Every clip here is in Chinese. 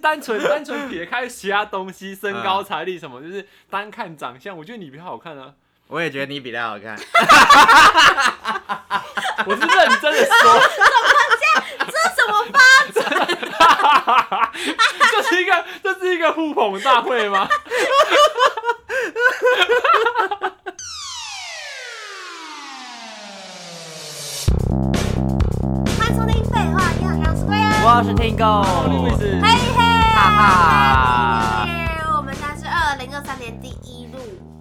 单纯单纯撇开其他东西，身高、财力啊什么，就是单看长相，我觉得你比较好看啊。我也觉得你比他好看。我是认真的说， 这什么发？这是一个这是一个互捧大会吗？欢迎收听废话，你好，我是薇恩。我是听狗，我以为是，嘿嘿，哈哈。我们家是二零二三年第一录，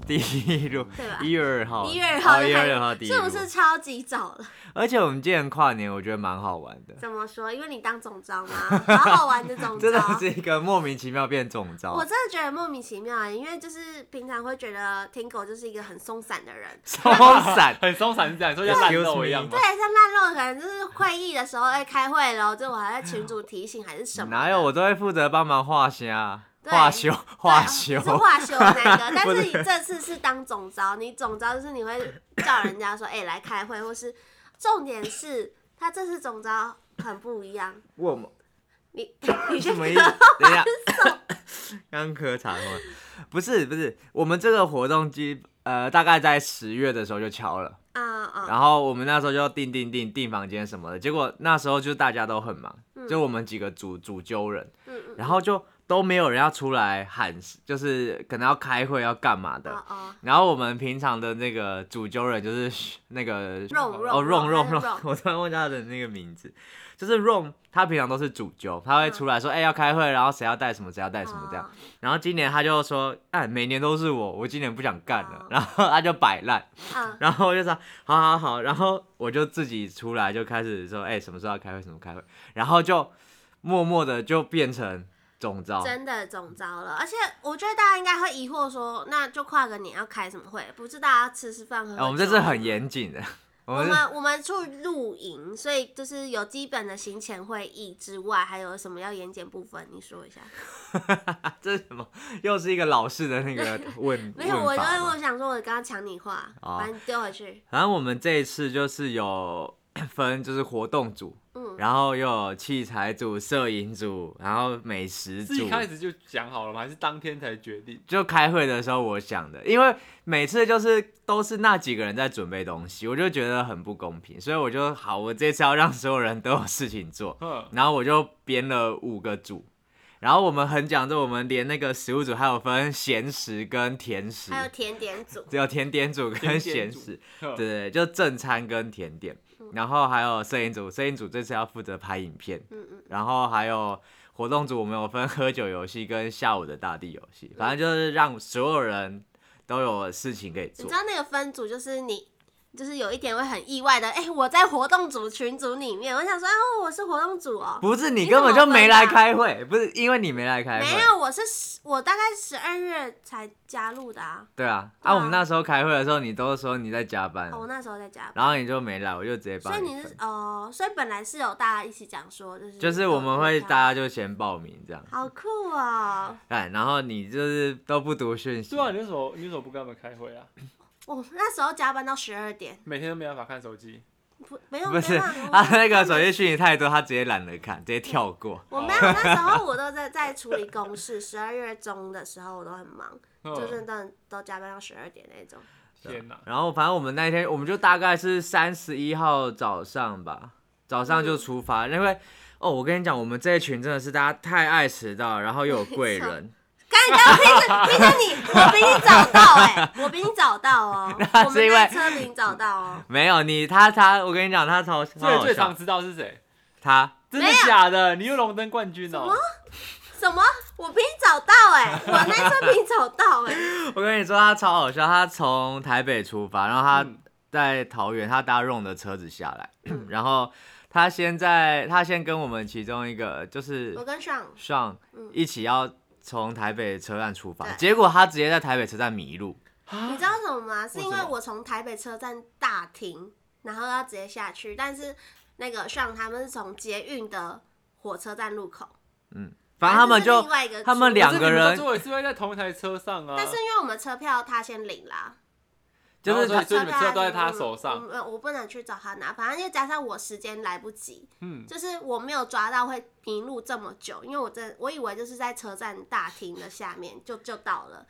第一路对吧一月二号，一月二号哦就一月开二号始，第一是路不是超级早了？而且我们今年跨年，我觉得蛮好玩的，怎么说？因为你当总 招嘛，好好玩的总真的招。是一哦个莫名其妙变总招我。真的觉得莫名其妙啊，因为就是平常会觉得听狗就是一个很松散的人，松散很松散，是这样，说像烂肉一样吗对，？像烂肉可能就是会议的时候哎开会喽，就我还在群主提醒还是什么的，哪有我都会负责帮忙画虾、对啊画修、画修 对。是化修那个， 但不是是你这次是当总招，你总招就是你会 叫人家说，哎、来开会，或是重点是他这次总招很不一样，我们你 你 去什么意思？等一下，刚喝茶吗？不是不是，我们这个活动基呃大概在十月的时候就敲了，啊啊，然后我们那时候就订订订订房间什么的，结果那时候就大家都很忙，就我们几个主主揪人，嗯嗯，然后就都没有人要出来喊，就是可能要开会要干嘛的。哦哦，然后我们平常的那个主揪人就是嘘那个肉肉哦肉，Ron 还 Ron 是 Ron，肉我突然忘记他的那个名字，就是 Ron，他平常都是主揪，他会出来说，哎、要开会，然后谁要带什么，谁要带什么这样哦。然后今年他就说，哎，每年都是我，我今年不想干了哦，然后他就摆烂，嗯，然后我就说，好好好，然后我就自己出来就开始说，哎，什么时候要开会，什么时候开会，然后就默默的就变成总招，真的总招了，而且我觉得大家应该会疑惑说，那就跨个年要开什么会？不是大家吃吃饭喝喝哎酒、我们这次很严谨的，我我们是们我们去露营，所以就是有基本的行前会议之外，还有什么要严检部分？你说一下。这是什么？又是一个老式的那 个问没有，我问因法为我吗？想说，我刚刚抢你话，哦把你丢回去。反正我们这一次就是有 分，就是活动组，嗯然后又有器材组、摄影组，然后美食是一组。开始就讲好了吗？还是当天才决定？就开会的时候我想的，因为每次就是都是那几个人在准备东西，我就觉得很不公平，所以我就好，我这次要让所有人都有事情做， 嗯，然后我就编了五个组。然后我们很讲究，我们连那个食物组还有分咸食跟甜食，还有甜点组，只有甜点组跟甜点咸组食，嗯对对，对就正餐跟甜点，然后还有摄影组，摄影组这次要负责拍影片，嗯嗯，然后还有活动组，我们有分喝酒游戏跟下午的大地游戏，嗯反正就是让所有人都有事情可以你做知。道那个分组就是你，就是有一点会很意外的，哎、我在活动组群组里面，我想说，哦，我是活动组哦，不是你你根本怎么就分没来的啊开会，不是因为你没来开会，没有，我是十我大概十二月才加入的啊，对啊，对啊啊我们那时候开会的时候，你都说你在加班，哦，我那时候在加班，嗯然后你就没来，我就直接所以帮你分是哦，所以本来是有大家一起讲说，就是就是我们会大家搭，就先报名这样，好酷哦，哎，然后你就是都不读讯息对，啊，你为什么你为什么不跟他们开会啊？我哦那时候加班到十二点，每天都没办法看手机，不没 有不是没办法哦他那个手机讯息太多，他直接懒得看，直接跳过。 我没有，那时候我都在在处理公事，十二月中的时候我都很忙，嗯就是都都加班到十二点那种。天哪！然后反正我们那天我们就大概是三十一号早上吧，早上就出发，因为哦，我跟你讲，我们这一群真的是大家太爱迟到，然后又有贵人，刚刚凭着凭着你，我比你早到哎、我比你早 到哦、我是们因在为车比你早到哦、没有你他他，我跟你讲，他超超最好最常笑，知道是谁？他真的假的？你又荣登冠军哦！什么？我比你早到哎、我那车比你早到哎、 我跟你说他超好笑，他从台北出发，然后他嗯在桃园，他搭 Ron 的车子下来，然后他先在他先跟我们其中一个就是我跟上上嗯一起要从台北车站出发，对结果他直接在台北车站迷路。你知道什么吗？是因为为什么我从台北车站大停，然后要直接下去，但是那个上他们是从捷运的火车站入口，反正他们这是就另外一个他们出两个人可是你们都是会在同一台车上啊。但是因为我们车票他先领啦，就然后是所他以所以你们吃的都在他他嗯手上，我我不能去找他拿，反正又加上我时间来不及，嗯，就是我没有抓到会迷路这么久，因为我真我以为就是在车站大厅的下面就就到了，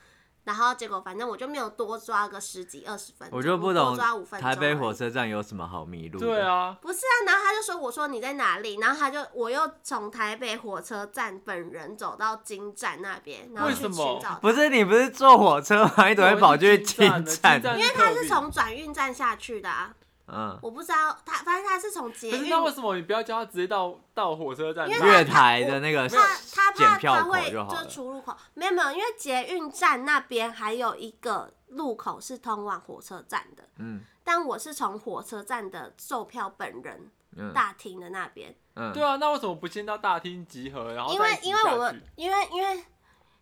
然后结果反正我就没有多抓个十几二十分钟，我就不多懂抓五分钟台而已。北火车站有什么好迷路的。对，啊，不是啊，然后他就说我说你在哪里，然后他就我又从台北火车站本人走到金站那边，然后为去什寻么找不是你不是坐火车吗？你怎么会跑去金站的站？金站因为特他是别从转运站下去的啊，嗯，我不知道他，反正他是从捷可是运，那为什么你不要叫他直接到到火车站？因为他月台的那个啊他他检怕票他口会就好是了。出入口，没有没有，因为捷运站那边还有一个路口是通往火车站的，嗯但我是从火车站的售票本人嗯大厅的那边，对嗯，啊，那为什么不先到大厅集合，然后因再为一起因为我下们去因为因为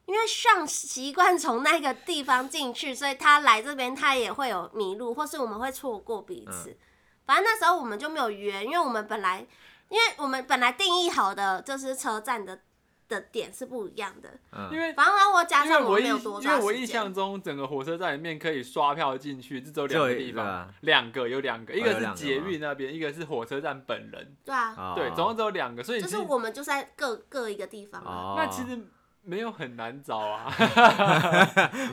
因为上习惯从那个地方进去，所以他来这边他也会有迷路，或是我们会错过彼此。嗯反正那时候我们就没有约，因为我们本来因为我们本来定义好的就是车站的的点是不一样的。嗯因为反正我加因为上我没印有多因为抓我时印间象。中整个火车站里面可以刷票进去，这只有两个就有地一个方啊，两个有两个，一哦有个是两个捷吗运那边，一个是火车站本人，对啊，哦对，总共只有两个，所以就其是实我们就在各各一个地方啊。哦，那其实没有很难找啊，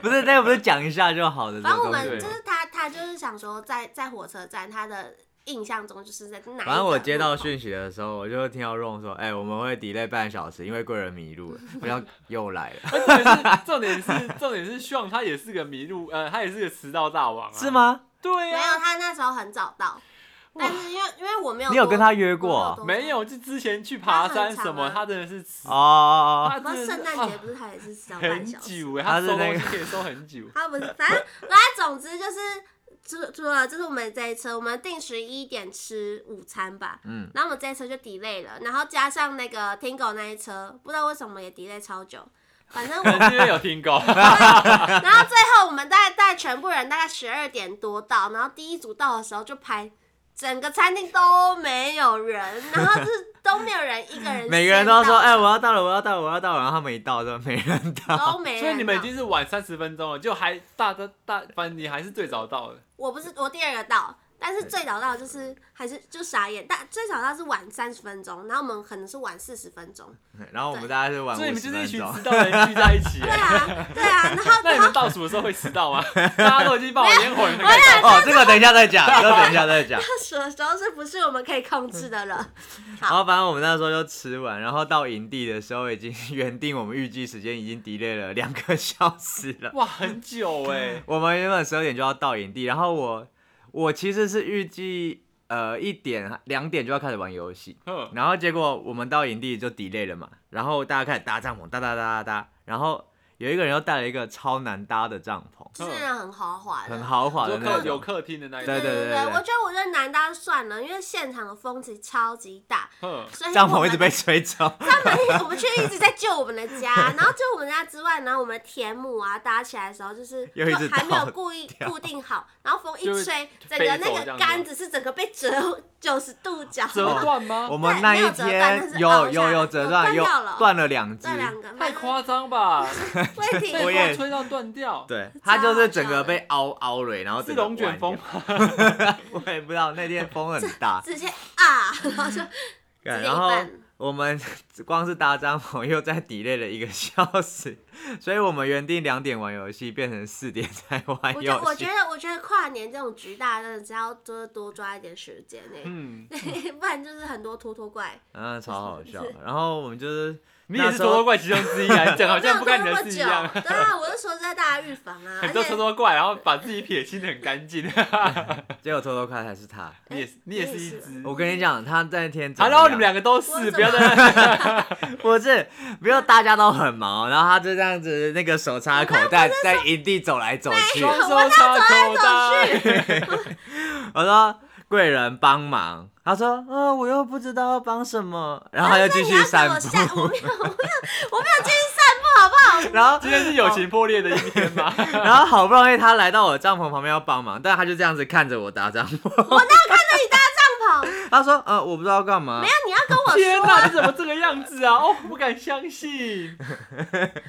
不是那个不是讲一下就好的这反个正我东西吗。们就是他，他就是想说在在火车站，他的印象中就是在哪一个路口？反正我接到讯息的时候，我就听到 Ron 说：“哎、我们会 delay 半小时，因为贵人迷路了。”我 要又来了，重点是重点是重点是 s h 他也是个迷路，呃，他也是个迟到大王啊， 是？吗？对没有，呀、他那时候很早到，但是因为因为我没有多，你有跟他约我没有过啊？多没有，就之前去爬山什么，他他真的是迟，哦哦哦，他然真后的啊圣是诞节啊不是他也是迟到半很小时？，久哎，他他是收那东个西可以收很久 他不是，反正反正总之就是。除除了就是我们这一车，我们定十一点吃午餐吧，嗯，然后我们这一车就 delay 了，然后加上那个 Tingo 那一车，不知道为什么也 delay 超久，反正 我们因为有听 过，然后最后我们大概带全部人大概十二点多到，然后第一组到的时候就拍，整个餐厅都没有人，然后是都没有人，一个 人每个人都先说：“到哎、我要到了，我要到了，我要到了。”然后他们一到，就没人到。都没人到。所以你们已经是晚三十分钟了，就还大大大，反正你还是最早到的。我不是我第二个到，但是最早到就是还是就傻眼，但最早到是晚三十分钟，然后我们可能是晚四十分钟。然后我们大概是晚所以你五们就十是一分群迟。钟到的人聚在一 起。 欸对啊，对啊，然后那你然后们倒数的时候会迟 到吗？大家都已经把我烟火了，那个哦，这个等一下再讲，这个等一下再 讲。数的时候是不是我们可以控制 的了？然后反正我们那时候就吃完，然后到营地的时候，已经 原定我们预计时间已经 delay 了两个小时了。哇，很久 哎。我们原本十二点就要到营地，然后我我其实是预计呃一点两点就要开始玩游戏，嗯，然后结果我们到营地就 delay 了嘛，然后大家开始搭帐篷，搭搭搭搭搭，然后有一个人又带了一个超难搭的帐篷，就是那种很豪华的，很豪华有的客那有种，客厅的那一对种。对对对对我觉得我觉得男搭算了，因为现场的风其实超级大， 嗯，所以帐我篷们一直被吹 走。他们一我们却一直在救我们的 家，然后救我们家之外，然后我们的田母啊搭起来的时候，就是 又一就直还没有倒固意掉固定好，然后风一就会吹，整飞个走那这个样杆子子是整个被折 九十度角，折断吗哦我？们那没有一折断天但是哦凹有下来有有折断，断有掉了断了两只这，两个太夸张吧！会被停我风也吹到断掉。，对，它就是整个被凹凹了，然后是整个龙卷风弯。掉， 我也不知道那天风很 大，直接啊，然后就干然接一后半哎我们 光是搭帐篷又再 delay 了一个小时， 所以我们原定两点玩游戏，变成四点才玩我觉我游戏。觉得我觉得跨年这种局大真的是要多多抓一点时间呢、嗯， 不然就是很多拖拖怪。嗯，超好笑。然后我们就是你也那是时偷偷候怪其中之一啊，讲好没有像不拖干你那的么事久，一样。对啊，我就说是在大家预防啊， 很而多且偷偷怪，然后把自己撇清的很干净。 结果偷偷看还是他。嗯你也是，你也是一我也只。我跟你讲，他那天怎好，么然后你样们两个都我是，怎不要么在那。不是没有，大家都很忙，然后他就这样子那个手插口袋在营地走来走去。双手插口袋。我说贵人帮忙，他说啊、呃我又不知道要帮什么，然后他就继续散我下步，我没有，我没有，我没有继续散步，好不好？ 然 后今天是友情破裂的一天吗？然后好不容易他来到我帐篷旁边要帮忙，但他就这样子看着我搭帐篷， 我哪有看着你搭帐有，他说呃我不知道干嘛没，有，你要跟我天说，哪，你怎么这个样子啊？哦，不敢相信，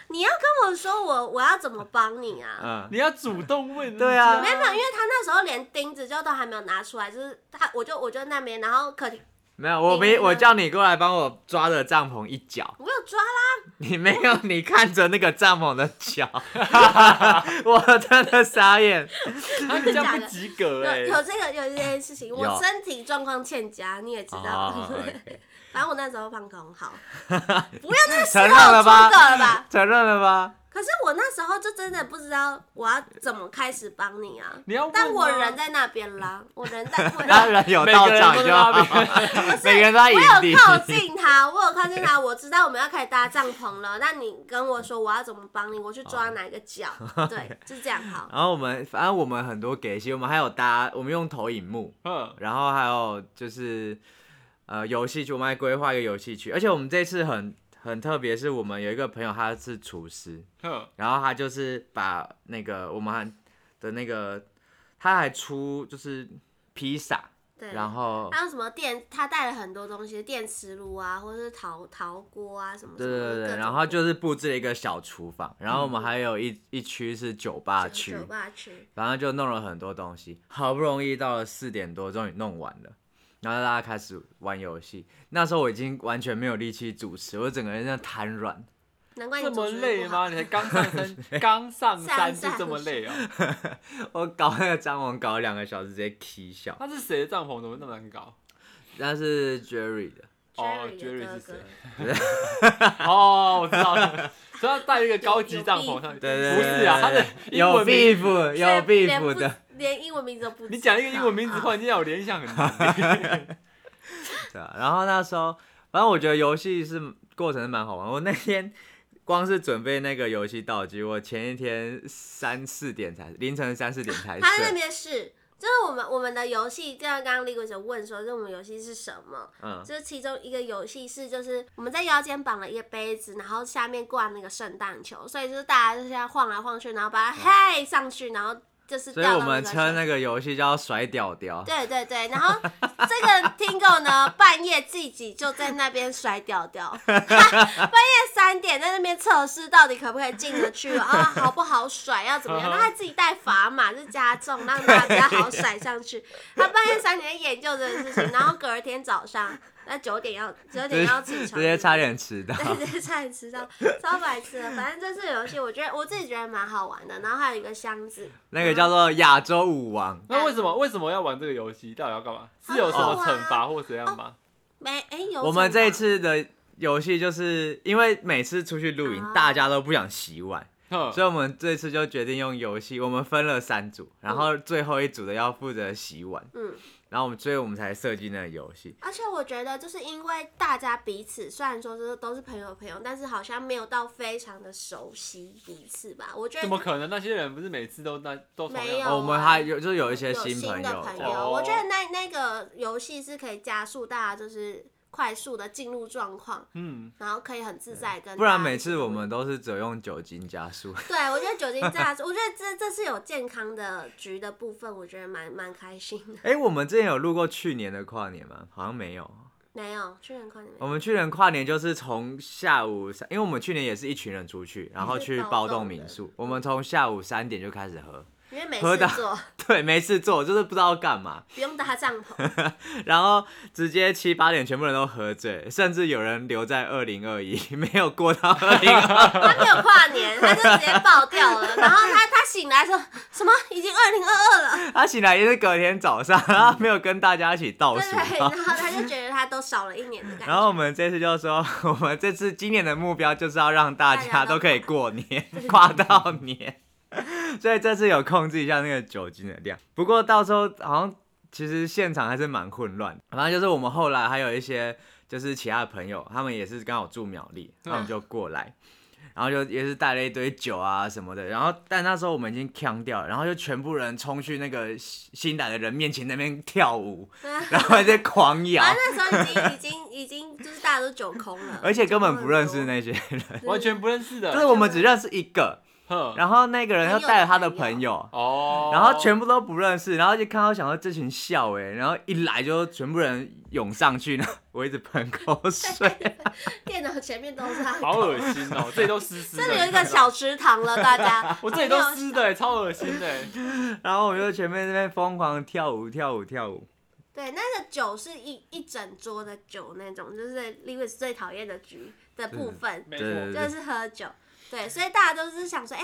你要跟我说我我要怎么帮你啊？嗯，你要主动问。对啊你没知有道没有，吗因为他那时候连钉子就都还没有拿出来，就是他，我就我就那边，然后可没有我你没呢我叫你过来帮我抓着帐篷一角， 我有抓啦，你没有你看着那个帐篷的角， 我真的傻眼，啊你这样不及格哎有。有这个有这件事情，有我身体状况欠佳，你也知道，哦 OK 反正我那时候放空 好，不要那时承候认了吧诸葛了吧？承认了吧？可是我那时候就真的不知道我要怎么开始帮你啊。你要问啊但我人在那边啦，我人在， 我当然有每个到人场都就拉好， 每个人都在我营有地。靠近他，我有靠近他，我知道我们要开始搭帐篷了。那你跟我说我要怎么帮你，我去抓哪个角？对，就这样好。然后我们反正我们很多给戏，我们还有搭，我们用投影幕，嗯，然后还有就是呃游戏区，我们还规划一个游戏区，而且我们这次很很特别，是我们有一个朋友他是厨师，哼然后他就是把那个我们还的那个他还出就是披萨，对，然后还有什么电？嗯他带了很多东西，电磁炉啊，或者是陶陶锅啊什么什对么对的。对各对，种然后就是布置了一个小厨房，然后我们还有一一区是酒吧区，酒吧区，反正就弄了很多东西，好不容易到了四点多，终于弄完了。然后大家开始玩游戏，那时候我已经完全没有力气主持，我整个人在瘫软。 难怪你这主么持累不好吗？你才刚上山，刚上山就这么累啊？我搞那个张网搞了两个小时，直接起笑。他是谁的帐篷？怎么那么难搞？那是 Jerry 的，哦 Jerry 的，Jerry 哥是哥谁？ 哦，我知道了，所以要带一个高级帐篷上去。对对不对对是啊，他的对英有文名， beef 有所以 beef 连不的，，连英文名字都不知道。你讲一个英文名字，啊突然间让我联想很 难。对啊。然后那时候，反正我觉得游戏是过程是蛮好玩。我那天光是准备那个游戏道具，我前一天三四点才凌晨三四点才他在那睡。边是，就是我们我们的游戏，就像刚刚李鬼姐问说，就是我们游戏是什么？嗯，就是其中一个游戏是，就是我们在腰间绑了一个杯子，然后下面挂那个圣诞球，所以就是大家就是要晃来晃去，然后把它嗨上去，然后 就是所以掉我到那们个称球。那个游戏叫甩屌屌。对对对，然后这个听狗呢，半夜自己就在那边甩 屌屌，半夜三点在那边测试到底可不可以进得去 啊，好不好甩，要怎么嗯样？那他自己带砝码就加重，让他比较好甩上 去。他半夜三点在研究这个事情，然后隔天早上那九点要九点要起直床，接差点迟到。 对，直接差点吃到超白痴的。反正这次游戏，我觉得我自己觉得蛮好玩的。然后还有一个箱子， 那个叫做亚洲舞 王，那为什么为什么要玩这个游戏？到底要干嘛？是有什么惩罚或怎样吗？没哎、有我们这一奖吧次的游戏就是因为每次出去露营，啊大家都不想洗碗，哼哦所以我们这次就决定用游戏，我们分了三组，然后最后一组的要负责洗碗，嗯。然后我们所以我们才设计那个游戏。而且我觉得，就是因为大家彼此虽然说就是都是朋友朋友，但是好像没有到非常的熟悉彼此吧。我觉怎么得可能？那些人不是每次都那都同没有样？哦我们还有就是有一些有新朋的友，朋这友，样哦我觉得那那个游戏是可以加速大家就是快速的进入状况，嗯，然后可以很自在跟大家一起。不然每次我们都是只有用酒精加 速。对我觉得酒精 加速，我觉得这这是有健康的局的部分，我觉得蛮蛮开心的。哎、我们之前有录过去年的跨年吗？好像没有。没有，去年跨年没我有。们去年跨年就是从下午三，因为我们去年也是一群人出去，然后去包栋民宿。我们从下午三点就开始喝， 因为没喝到事做，对，没事做，就是不知道干嘛，不用搭帐篷，然后直接七八点全部人都喝醉，甚至有人留在二零二一， 没有过到二零二。他没有跨年，他就直接爆掉了。然后他他醒来说什么已经二零二二了， 他醒来也是隔天早上，他没有跟大家一起倒对数。对，然后他就觉得他都少了一年的 感然后我觉。们这次就说， 我们这次今年的目标就是要让大大家家都都可以过年，跨到年。 所以这次有控制一下那个酒精的量。不过到时候好像其实现场还是蛮混乱的，反正就是我们后来还有一些就是其他的朋友，他们也是刚好住苗栗，他们就过来。然后就也是带了一堆酒啊什么的，然后但那时候我们已经呛掉了，然后就全部人冲去那个新新来的人面前那边跳舞，然后在狂摇，反正那时候已经已经已经就是大家都酒空了， 而且根本不认识那些人，对完全不认识就是的。我们只认识一个，哼，然后那个人又带了他的朋友，哦，然后全部都不认识，然后就看到想说这群笑哎、然后一来就全部人涌上去呢，然后我一直喷口水，电脑前面都是他的好狗恶心哦， 这里都湿湿的。这里有一个小池塘了，大家 ，我这里都湿的，超恶心的。然后我就前面那边疯狂跳舞跳舞跳舞，对，那个酒是一一整桌的酒那种，就是 Lewis 最讨厌的局的部分，没对对错，就是喝酒。对，所以大家都是想说，哎、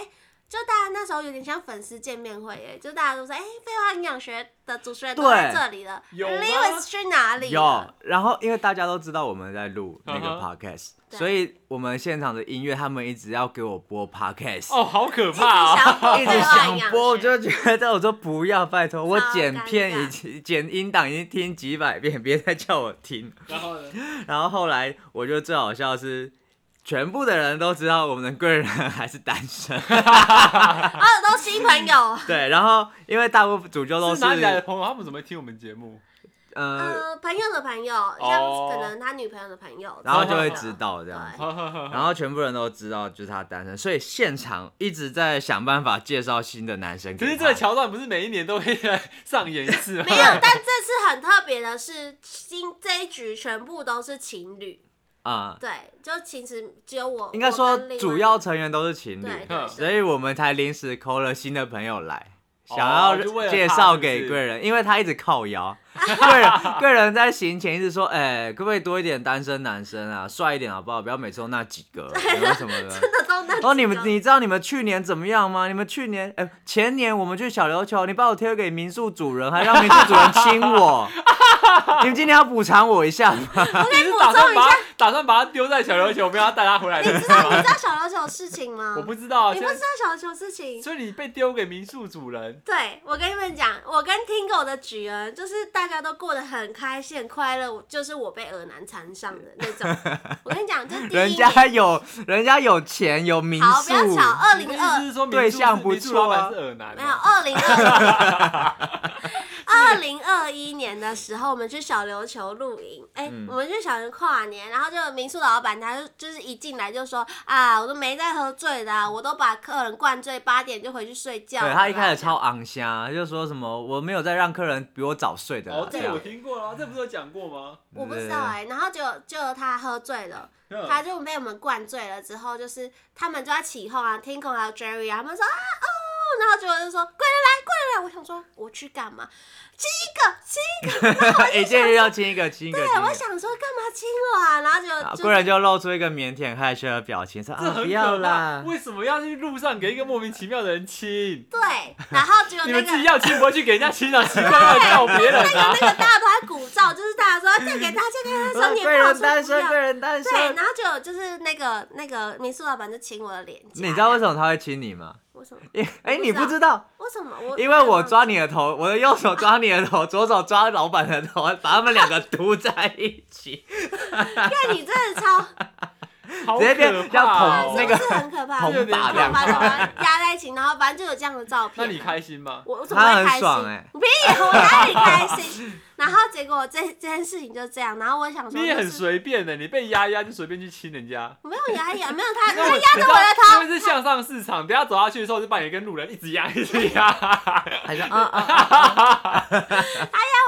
就大家那时候有点像粉丝见面会，哎，就大家都说，哎、废话营养学的主持人都在对啊这里了有吗，Lewis 去哪里有了？，然后因为大家都知道我们在录那个嗯 podcast，、对所以我们现场的音乐他们一直要给我播 podcast，、哦，好可一直怕 想啊！要一播直废话营 想养播，我学，就觉得我说不要，拜托，我超剪尴片已尬经剪音档已经听几百遍，别再叫我听。然后呢？然后后来我觉得最好笑的是，全部的人都知道我们的贵人还是单身，啊，都新朋 友，对。然后因为大部分主角都是是哪里来的朋友？他们怎么会听我们节目？呃，呃，朋友的朋友，像哦可能他女朋友的朋友，然后之就类会的知道这样子。呵呵呵然后全部人都知道就是他单身，所以现场一直在想办法介绍新的男生给 可他。是这个桥段不是每一年都会来上演一次吗？没有，但这次很特别的是，今这一局全部都是情侣，啊、对，就其实只有我，应该我说跟另外主要成员都是情对侣，对嗯所对以我们才临时抠了新的朋友来，哦想要就为了他介绍给贵人，因为他一直靠腰。 贵人贵人在行前一直说，哎、可不可以多一点单身男生啊，帅一点好不好？不要每次都那几 个，然后什么的。真的都那几 个哦，你们你知道你们去年怎么样吗？你们去年哎、前年我们去小琉球，你把我推给民宿主人，还让民宿主人亲 我，你们今天要补偿我一下吗？你是打算把他打算把他丢在小琉球，不要带他回来你的知？道你知道小琉球的事情吗？ 我不知道啊，你现不知在道小琉球的事情。所以你被丢给民宿主人，对，我跟你们讲，我跟 Tingo 的举儿就是大家都过得很开心、很快乐，我就是我被尔南缠上的那种。我跟你讲，这第 一人年家有人家有钱有民好，不要宿，吵。二你的零意二思是说民宿对象是不民宿错老板啊是耳男没有，吗？二零二二零二一年的时候，我们去小琉球露营，哎、嗯我们去小琉球跨年，然后就有民宿老板他就就是一进来就说啊，我都没在喝醉的啊、我都把客人灌醉，八点就回去睡觉了对啦。他一开始超昂瞎，就说什么我没有在让客人比我早睡的啦、啊哦，这这个样我听过了，这不是有讲过吗？我不知道哎、嗯然后就就他喝醉了，嗯他就被我们灌醉了之后，就是他们就要起哄啊，Tingo 还有 Jerry 啊，他们说啊哦，然后结果就说跪着来跪着来，我想说我去干嘛？亲一个亲一个。 一见面要亲一个亲一个，亲对，一个我想说干嘛亲我啊？然后啊就就贵人就露出一个腼腆害羞的表情，说这很啊不可要怕啦，为什么要去路上给一个莫名其妙的人亲？对，然后只有你那们个自己要亲不会去给人家亲啊，奇怪 要叫别人那啊个。大家都在鼓噪，就是大家说哎再给他，再给他，说你也哦不贵好人说单不身，要啊贵人单对，身。然后就有就是那个那个民宿老板就亲我的脸颊，你知道为什么他会亲你吗？为什么？因哎、不你知不道知道，为什么？我因为我抓你的头，我的右手抓你的头，左手抓老板的头，把他们两个堵在一起，看你真的超，好直接变可哦要怕哦捧那个是不是很可怕，捧就把这样把头发压在一起，然后反正就有这样的照那片。你开心吗？ 我我怎么会他开很心？爽欸屁，我哪里开心？然后结果这这件事情就这样，然后我想说你也就很是随便的，你被压一压就随便去亲人家。没有牙痒，没有他，他我压着我的头，因为是向上市场，等一下走下去的时候就把你跟路人一直 压一直压。还是啊啊，压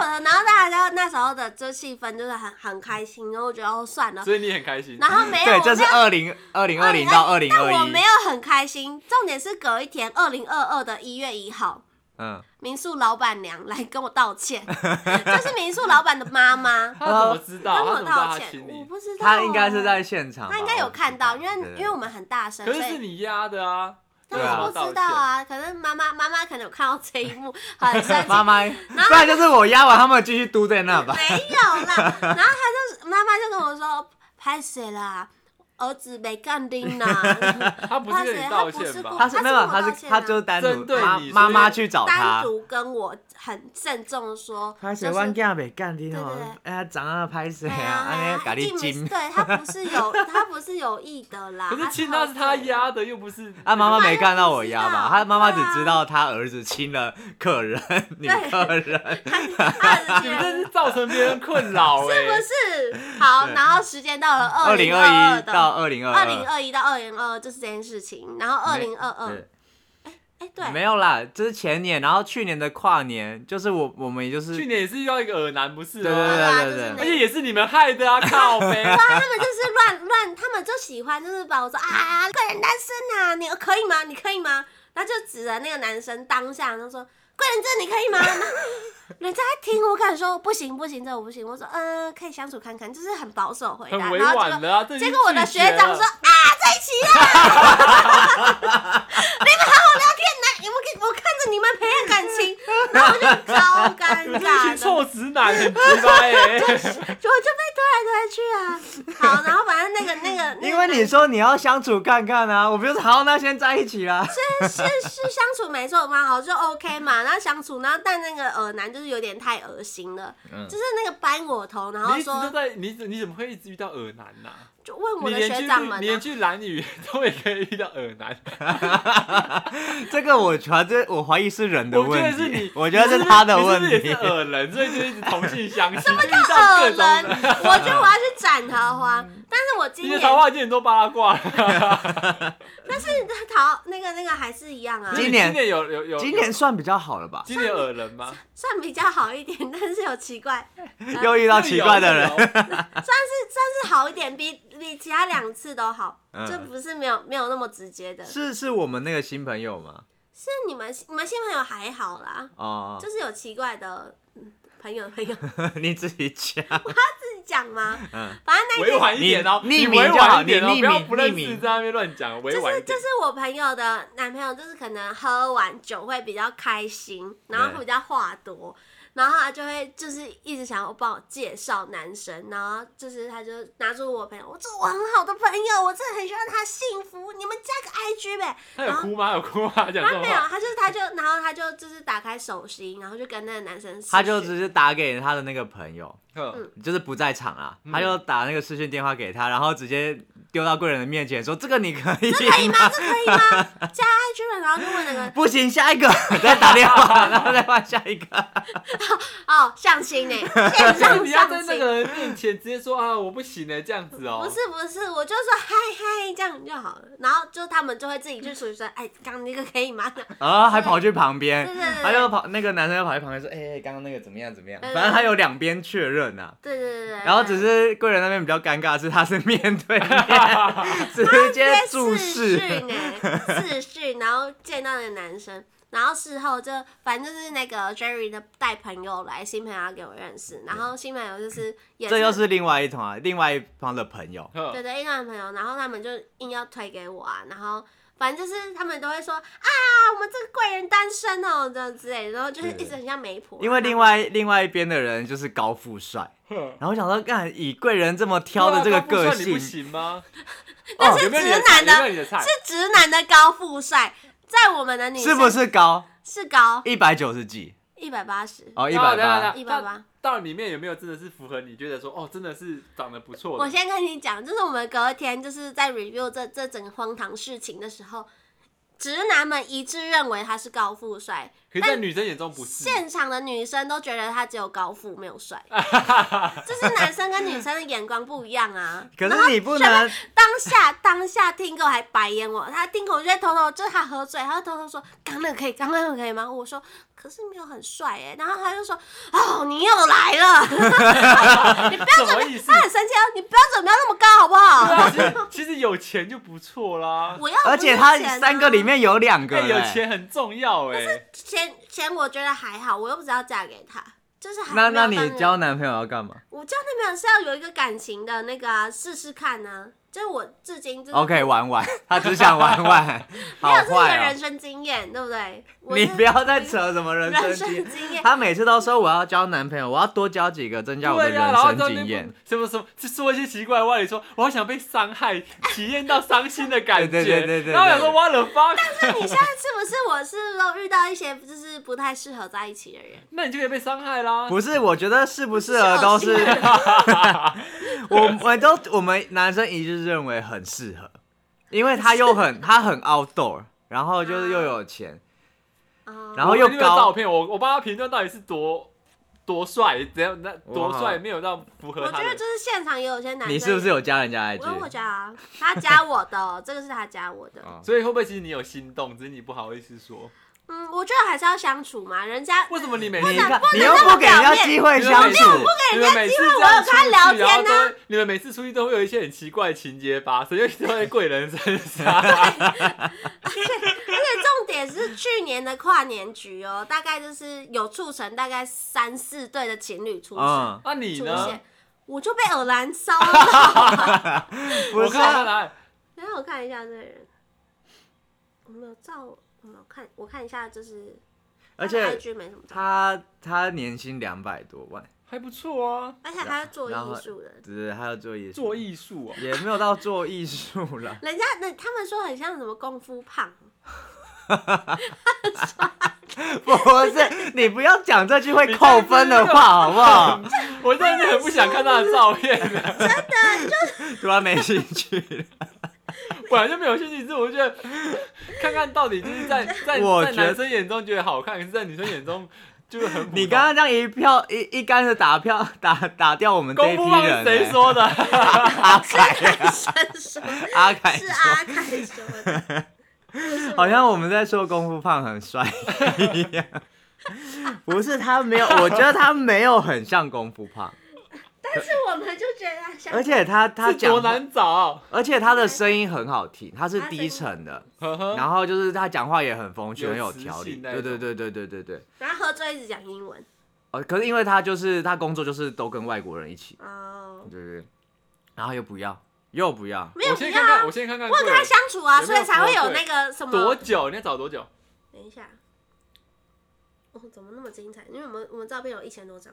我的，然后大家就那时候的这气氛就是很很开心，然后我觉得哦算了，所以你很开心。然后没有，对，这是我没有二零二零二零到二零二但我没一，有很开心，重点是隔一天，二零二二的一月一号，嗯，民宿老板娘来跟我道 歉，就是民宿老板的妈妈他怎么知跟道？他我怎么知道道他歉亲，我你？不知道，啊他应该是在。现场吧，他应该有我不知看道到，因为对因为我们很大声，可所是是以你压的啊。但对啊是不知道啊。可能妈妈妈妈可能有看到这一幕，很生气妈，妈，不然就是我压完他们继续嘟在那吧，没有啦。然后他就妈妈就跟我说：“拍谁啦，儿子没干丁啦，他不是跟你道歉吧？他是他是没有，跟我他道是歉啊他就是单独针对妈你妈所以妈去找单哦他，独跟我很郑重的说，拍就谁是弯架袂干你哦对对对，哎呀，长啊拍谁对啊， 安尼啊，咖一喱定金不是，对他不是有他不是有意的啦，可是亲他他是他呀。压的，又不是。啊，妈妈妈没看到我不知压吧？道她妈妈对啊只知道她儿子亲了客人，女客人。 他你的们 天 真是造成别人困扰哎、是不是？好，对然后时间到了二二零二二一到到二零二二零二一到二零二二就是这件事情，然后二零二二，哎对，没有啦，这是前年，然后去年的跨年就是我我们也就是去年也是遇到一个耳男，不是对对吗？啊对对就是对那而且也是你们害的 啊！靠背，他们就是乱乱，他们就喜欢就是把我说啊，贵人单身啊，你可以吗？你可以吗？然后就指着那个男生当下就说。贵人这你可以吗？ 然后人家在听我敢说不行不行，这我不行。我说嗯、呃可以相处看看，就是很保守回答。很委然后结果婉的啊。这已经结果我的拒学绝了长说啊，在一起啊， 你们好好聊天，来，你们给我看着你们培养感情，然后我就超尴你们这群尬的。臭直男很直白 哎、我就被推来推去啊，好，然后反正那个那个，那因个为你说你要相处看看啊，我不就是好，那先在一起啦。是是相处没错嘛，好就 OK 嘛，然后相处，然后但那个耳男就是有点太恶心了，嗯就是那个扳我头，然后你一直都说在，你怎你怎么会一直遇到耳男呐、就问我你的连去学长们、你连啊，去蓝雨都也可以遇到耳 男，这个我怀这我怀疑是人的我觉问得是你题，，我觉得是他的问你是不是题也是。耳人，所以就一直同性相吸，什么耳各种人，我觉得我要去斩桃花，但是我嗯今你的年啊桃花已经很多八卦了，但是桃那个那个还是一样啊那，今你年 今年有有有，今年算比较好了吧，今年耳人吗？算比较好一点，但是有奇怪， 又遇到奇怪的人又。有，又有算是算是好一点，比比其他两次都好，嗯就不是没有没有那么直接的。是是我们那个新朋友吗？是你们你们新朋友还好啦，哦，就是有奇怪的嗯朋友朋友 你自己 讲。自己讲吗？嗯反正那 委天婉一点哦，你你匿名委就好婉一点哦，你匿名不要不认匿识名在那边乱讲，委就婉是一就点是。我朋友的男朋友，就是可能喝完酒会比较开心，然后会比较话多，然后他就会就是一直想要帮我介绍男生，然后就是他就拿出我朋友，我这我很好的朋友，我真的很希望他幸福，你们加个 IG 呗。他有哭吗？有哭吗？讲哎这啊他种没有，啊话，他就是他就然后他就就是打开手心，然后就跟那个男生视讯，他就只是打给他的那个朋友，嗯 就是不在场啊，嗯他就打那个视讯电话给他，然后直接丢到贵人的面前说：“这个你可以，可以吗？这可以吗？加 IG 了，然后就问那个不行，下一个 再打电话， 然后再换下一个。哦相 亲呢、线上你要在相那亲。个人面前直接说啊，我不行了，这样子哦。不是不是，我就说嗨嗨这样就好了，然后就他们就会自己去数说， 哎，刚刚那个可以吗？” 然哦后还跑去旁边对对对，对他就跑那个男生就跑去旁边说：“哎、刚刚那个怎么样怎么样？”对对嗯反正他有两边确认啊。对对对对，然后只是贵人那边比较尴尬，是他是面对面，直接注哎视视。讯哎，视讯，然后见到的男生，然后事后就反正就是那个 Jerry 的带朋友来，新朋友要给我认识，然后新朋友就是也这又是另外一团啊，另外一方的朋友。呵对对，印象朋友，然后他们就硬要推给我啊，然后反正就是他们都会说啊，我们这个贵人单身哦，这样之类的，然后就是一直很像媒婆，啊因为另外另外一边的人就是高富帅，呵然后我想说，干以贵人这么挑的这个对啊高个富帅你性不，行吗？ 但哦是有没有你的直男菜有没的有你的菜是？直男的高富帅，在我们的女是生不是高是高一百九十几？一百八十？哦，一那百等下八。等180下到到里面有没有真的是符合你觉得说哦，真的是长得不错我的？先跟你讲，就是我们隔天就是在 review 这这整个荒唐事情的时候，直男们一致认为他是高富帅，嗯可是，在女生眼中不是。现场的女生都觉得他只有高富没 有帅，就是男生跟女生的眼光不一样啊。可是你不能，当下当下听狗还白眼我，他听狗就在偷偷，就是他喝醉，他就偷偷说刚那个可以，刚那个可以吗？我说可是没有很帅哎、然后他就说哦你又来 了，什么你不要准备，意 思他很生气哦，你不要准备那么高好不对好？啊，其实其实有钱就不错啦。 我要、而且他啊三个里。面有两个哎，有嘞。钱很重要哎、钱钱我觉得还好，我又不是要嫁给他，就是还那没有那你到交男朋友要干嘛我交男朋友是要有一个感情的那个啊试、试看呢、啊，就是我至今就是？OK，玩玩，他只想玩 玩，没好有这个坏人哦。生经验，对不对？我你是不要再扯什么人生人经生验。经验。他每次都说我要交男朋友，我要多交几个，增加我的对啊呀、人然后生在那经边验。什么什么，就说一些奇怪的话，你说我好想被伤害，体验到伤心的感觉。 对对对对对然后我想说 what the fuck，那你现在是不是我是都遇到一些就是不太适合在一起的人？那你就可以被伤害啦。不是，我觉得适不适合都是是，我们都我们男生一致认为很适合，因为他又 很他很 outdoor，然后就是又有钱，哦，然后我又一定有高照片，我我帮他评论到底是多多帅，怎样那多哇帅没有到符合我他觉得的。就是现场也有些男生，你是不是有加人家 IG？我有我加啊，他加我的哦，这个是他加我的。哦所以会不会其实你有心动，只是你不好意思说？嗯，我觉得还是要相处嘛，人家为什么你每你次看，能你又不给人这么表家面机会相处，你们每次这样出去，然后啊都会你们每次出去都会有一些很奇怪的情节发生，尤其都在贵人身上。 哎重点是去年的跨年局哦，大概就是有促成大概三四对的情侣出现，嗯，那你出呢现？我就被偶然骚扰。不我是看到啊，哪里？ 等一下我看一下这个人，我没有照，我没有看，我看一下就是，而且 IG 没什么照，他他年薪两百多万，还不错啊，而且还要做然后艺术的，。只是他要做艺术，做艺术哦。也没有到做艺术啦 人家那他们说很像什么功夫胖， 不是，你不要讲这句会扣分的话，好 不好？我真的很不想看他的照片啊，突然没兴趣了。 本来就没有兴趣，只是我觉得看看到底就是在在我在觉得男生眼中觉得好看，可是在女生眼中就是很普通你刚刚这样一票一一竿子打票打打掉我们这一公布批棒是人、谁欸？说的？阿凯，伸 手。阿凯是啊说，阿凯说的，好像我们在说功夫胖很帅一样。不是他没有，我觉得他没有很像功夫胖，但是我们就觉得他像，而且他他 是多讲话，难找，而且他的声音很好听，他是低沉的，呵呵，然后就是他讲话也很风趣，有很嗯有磁条理。性那对对种对对对对对。然后喝醉一直讲英文，呃，可是因为他就是他工作就是都跟外国人一起，哦，对对对，然后又不要又不要，没有我必先要看看，啊我，先看看我有贵跟他人相处啊，有所没有以才会有喝醉那个什么多，久，你要找多久？等一下，哦，怎么那么精彩？因为我们我们照片有一千多张，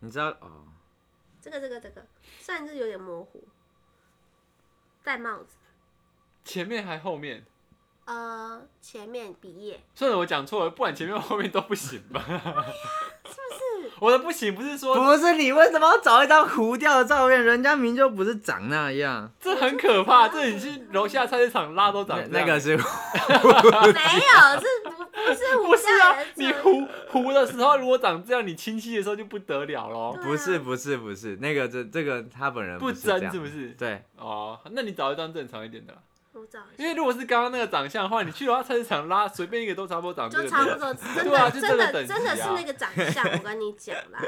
你知道哦，这个这个这个，虽然是有点模糊，戴帽子，前面还后面？呃，前面毕 业，算了，我讲错了，不管前面后面都不行吧？是不是？我的不行不是说不是你为什么要找一张糊掉的照片？人家明就不是长那样，这很可怕，这你去楼下菜市场拉都长那这那样个是没有，是不不是不我是啊，你糊糊的时候如果长这样，你清晰的时候就不得了喽对，啊不是不是不是那个这这个他本人不是这真样是不？是？对，哦，那你找一张正常一点的啦，我找一下因为如果是刚刚那个长相的话，你去楼下菜市场拉随便一个都差不多长这就个差样不子。多，真啊对啊的就真这个的等级啊真的是那个长相，我跟你讲 啦，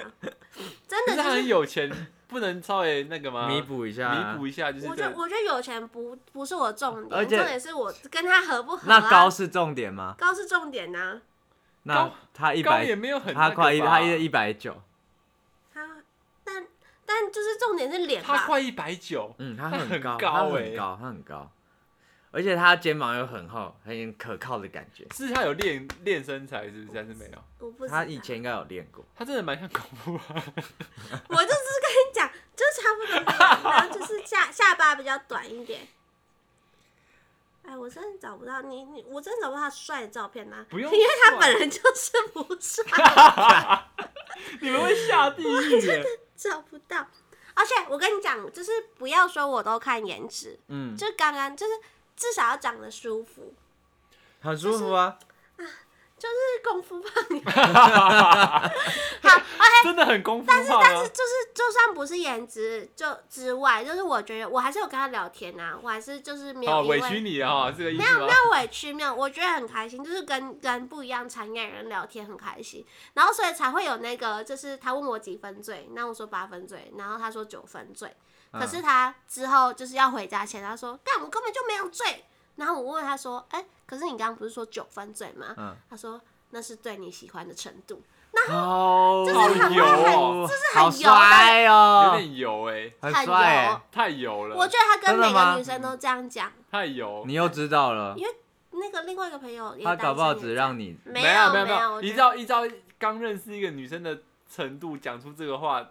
真可的是他就很是。有钱，不能稍微那个吗？弥补一下啊，弥补一下，就是我这觉得我觉得有钱不不是我重而点，且重点是我跟他合不合、啊。那高是重点吗？高是重点啊那呐、高他一高百也没有很那他个快一吧他一一百九，他但但就是重点是脸啊他吧，快一百九，嗯，他他很很高，高他欸很高，他很高，而且他肩膀又很厚，很可靠的感觉。是他有练练身材是不是？还是没有？我不知道他以前应该有练过，他真的蛮像恐怖啊，我就是跟你讲，就差不多，然后就是 下下巴比较短一点。哎，我真的找不到你，你我真的找不到他帅的照片呐、啊不用因为他帅本人就是不帅，你们会下地狱耶！找不到。而且我跟你讲，就是不要说我都看颜值，嗯，就刚刚就是至少要长得舒服，很舒服啊。就是功夫胖女 真的很功夫化但啊是！就是就算不是颜值就之外，就是我觉得我还是有跟他聊天呐、我还是就是没有哦，因为、委屈你了哈，这个意没思有吗 没？有委屈，没有，我觉得很开心，就是跟跟不一样产业人聊天很开心，然后所以才会有那个，就是他问我几分醉，那我说八分醉，然后他说九分醉，嗯可是他之后就是要回家前，他说干我根本就没有醉，然后我问他说，哎、可是你刚刚不是说九分醉吗？嗯他说那是对你喜欢的程度，好，就是很好油哦就是很好油帅有哦，点油哎，很很帅油欸。太油我了，觉得他跟真的每吗个女生都这样讲。太油你。又知道了因，为那个另外一个朋友也他搞不好单身也只在让你没有没没有，依知道照依照刚认识一个女生的程度讲出这个话，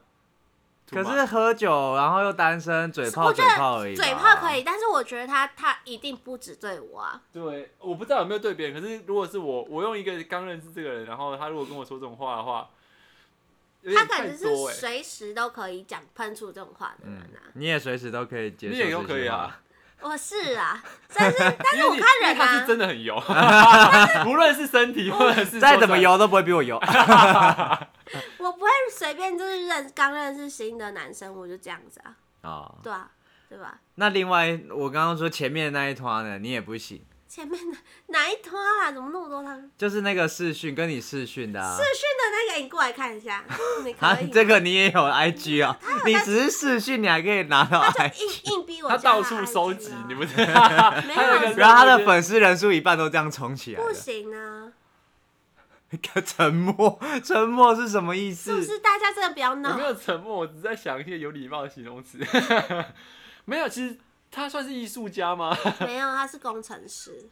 可 too 是 much 喝酒，然后又单身，嘴炮我嘴觉得炮而已吧。嘴炮可以，但是我觉得他他一定不只对我啊，对，我不知道有没有对别人，可是如果是我，我用一个刚认识这个人，然后他如果跟我说这种话的话，有他点感太觉多是哎，随时都可以讲喷出这种话的人嗯啊，。你也随时都可以接受你也这句都话，可以啊，我 是啊，但是但是因我为你看因为人他是啊，真的很 油，无论是身体或者是再怎么油，油都不会比我油。我不会随便就是认刚认识新的男生我就这样子啊， 哦，对啊，对吧？那另外我刚刚说前面那一团呢，你也不行，前面的 哪一团啦？怎么那么多汤？啊就是那个视讯跟你视讯的、啊视。讯的那个，你过来看一下， 你可啊以吗。，啊这个你也有 IG 哦，你只是视讯，你还可以拿到他 IG，就硬硬逼我他加到他处 IG 收集啊，你们 还有一个没有是然后他的粉丝人数一半都这样冲起来不了。行啊！ 沉默，沉默是什么意是不思？是大家真的不要我 闹没？有沉默，我只在想一些有礼貌的形容词。 没有，其实他算是艺术家吗？ 没有，他是工程师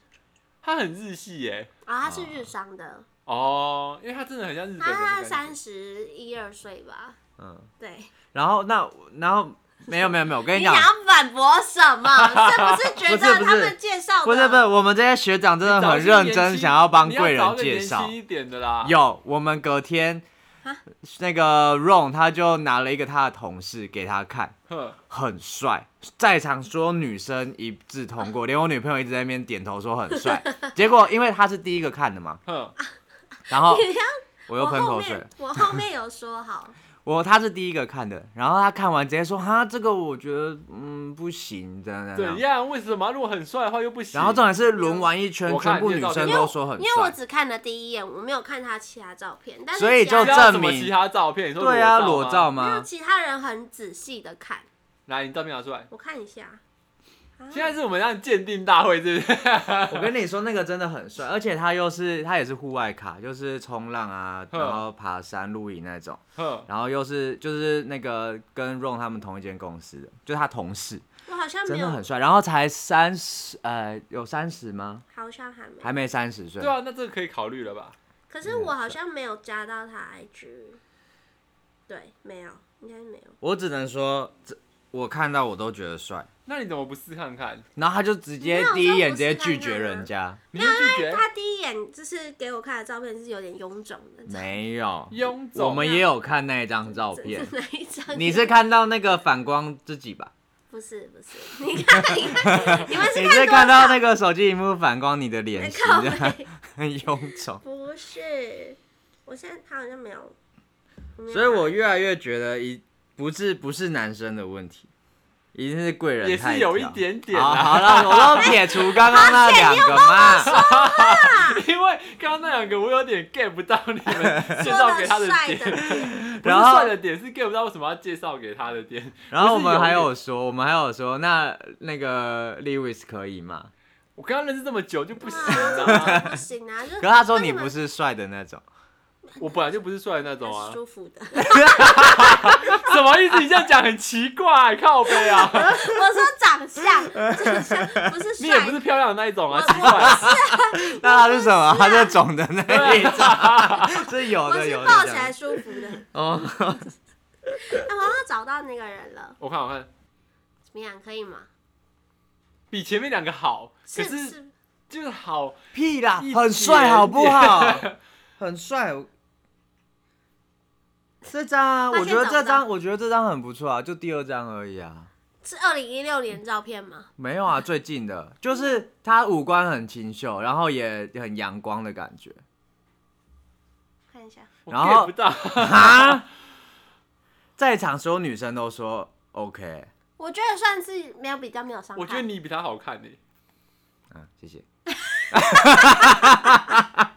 他很日系欸耶。啊，他是日商的，哦，因为他真的很像日本人的他感觉。啊三十一二岁吧？嗯，对，然后那然后没有没有没有，我跟你讲想，要反驳什 么？是不是不是觉得不是他们介绍的不是不是，我们这些学长真的很认真，想要帮贵人你要找介一个年绍轻。一点的啦。有，我们隔天啊那个 Ron 他就拿了一个他的同事给他看，哼，很帅，在场所有女生一致通 过，连我女朋友一直在那边点头说很帅。结果因为他是第一个看的嘛，啊哼，然后 你不要我又我喷后口水面，我后面有说好，我他是第一个看的，然后他看完直接说哈这个我觉得嗯不行，这样这样怎这样。样？为什么？如果很帅的话又不行。啊然后重点是轮完一圈，我看全部你女的照片生因为都我 说很因为我帅。只看了第一眼，我没有看他其他照片，但是所以其就他你要什证么明其他照片？你说对啊，裸裸照吗？没 有吗？其他人很仔细的看，来，你照片拿出来。我看一下。啊现在是我们让鉴定大会，是不是？ 我跟你说，那个真的很帅，而且他又是他也是户外卡，就是冲浪啊，嗯然后爬山、露营那种，哼，然后又是就是那个跟 Ron 他们同一间公司的，就是他同事，我好像真没的有，很帅。然后才三十，呃，有三十吗？好像还没。还没三十岁对。啊，那这个可以考虑了吧？可是我好像没有加到他 IG，对，没有，应该没有。我只能说，这我看到我都觉得帅。那你怎么不试看看？然后他就直没接有第一眼我直接说不是啊拒绝人 家，你是拒绝？他第一眼就是给我看的照片是有点臃肿的，没有，臃肿。我们也有看那一张照这片是。哪一张？你是看到那个反光自己吧？不是不是？ 你看你看，你们是 你是多看到少那个手机荧幕反光你的脸型，靠这样背？很 臃肿。不是，我现在他好像没有。没有所以我越来越觉得一不是不是男生的问题，一定是贵人啊也太是有一挑。点点啊好，啦，好了，我都撇除刚刚那两个嘛。因为刚刚那两个我有点 get 不到你 们介说绍得给他的帅点，的点， 不是然后帅的点是 get 不到为什么要介绍给他的点。然后我不是们还有一有说，我们还有说，那那个 Lewis 可以吗？我跟他认识这么久就不行，你知道吗？啊不行啊！就是可是他说你那不是帅的那种，我本来就不是帅的那们种啊是，舒服的。 什么意思？你这样讲很奇怪，靠背啊，我说长相，长相不是 你也帅不是漂亮的那一种啊，我奇怪。那他是什么？他是肿的那一种， 是有我的是有的抱这起来样。舒服的。 哦，哎，我好像找到那个人了，我看我看，怎么样？可以吗？比前面两个好，可是是是，就是好，屁啦一，啊很帅点好不好点？很帅。我这张啊，发我现觉得这找不张，我觉得这张很不错啊，就第二张而已啊。是二零一六年照片吗？没有啊，最近的，就是他五官很清秀，然后也很阳光的感觉看一下，我然后 get 不到。啊。 在场所有女生都说 OK，我觉得算是没有比较没有伤害。我觉得你比他好看欸呢、嗯，谢谢。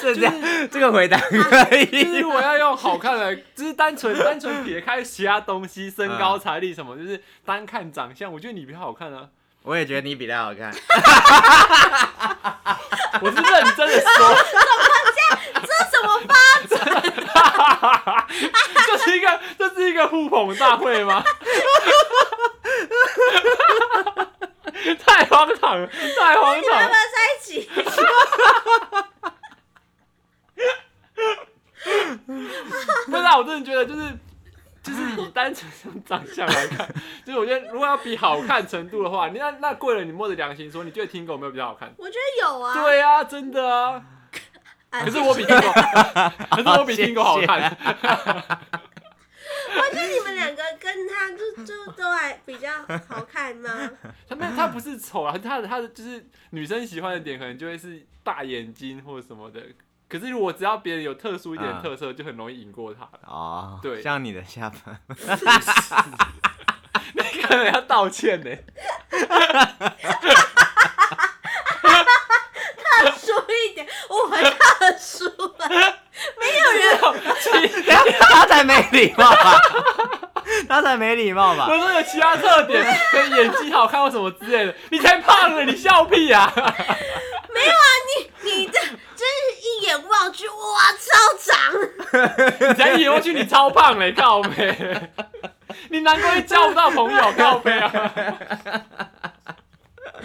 这这样，这个回答可就是以如。果要用好看来，就是单纯单纯撇开其他东西，身嗯高、财力什么，就是单看长相，我觉得你比他好看啊。我也觉得你比他好看。我是认真的说，这是什么发？这是一个这是一个互捧大会吗？ 太荒唐了，太荒你唐们要不了！要在一起？不是啊，我真的觉得就是就是以单纯从长相来看， 就是我觉得如果要比好看程度的话，你那那贵人，你摸着良心说，你觉得听狗有没有比较好看？我觉得有啊。对啊，真的啊。啊，可是我比听狗，可是我比听狗好看。为 我觉得你们两个跟他就就都还比较好看吗？他没有，他不是丑啊，他的他的就是女生喜欢的点，可能就会是大眼睛或什么的。可是如果只要别人有特殊一点的嗯特色，就很容易赢过他了。 哦，对像你的下巴，你可能要道歉呢。输一点，我们特输了，没有人 他才没礼貌吧？ 他才没礼貌吧我？说有其他特点，跟眼睛好看或什么之类的，你才胖了，你笑屁啊！ 没有啊，你你这真是一眼望去，哇，超长！你才一眼望去，你超胖嘞，靠背。 你难怪交不到朋友，靠背啊！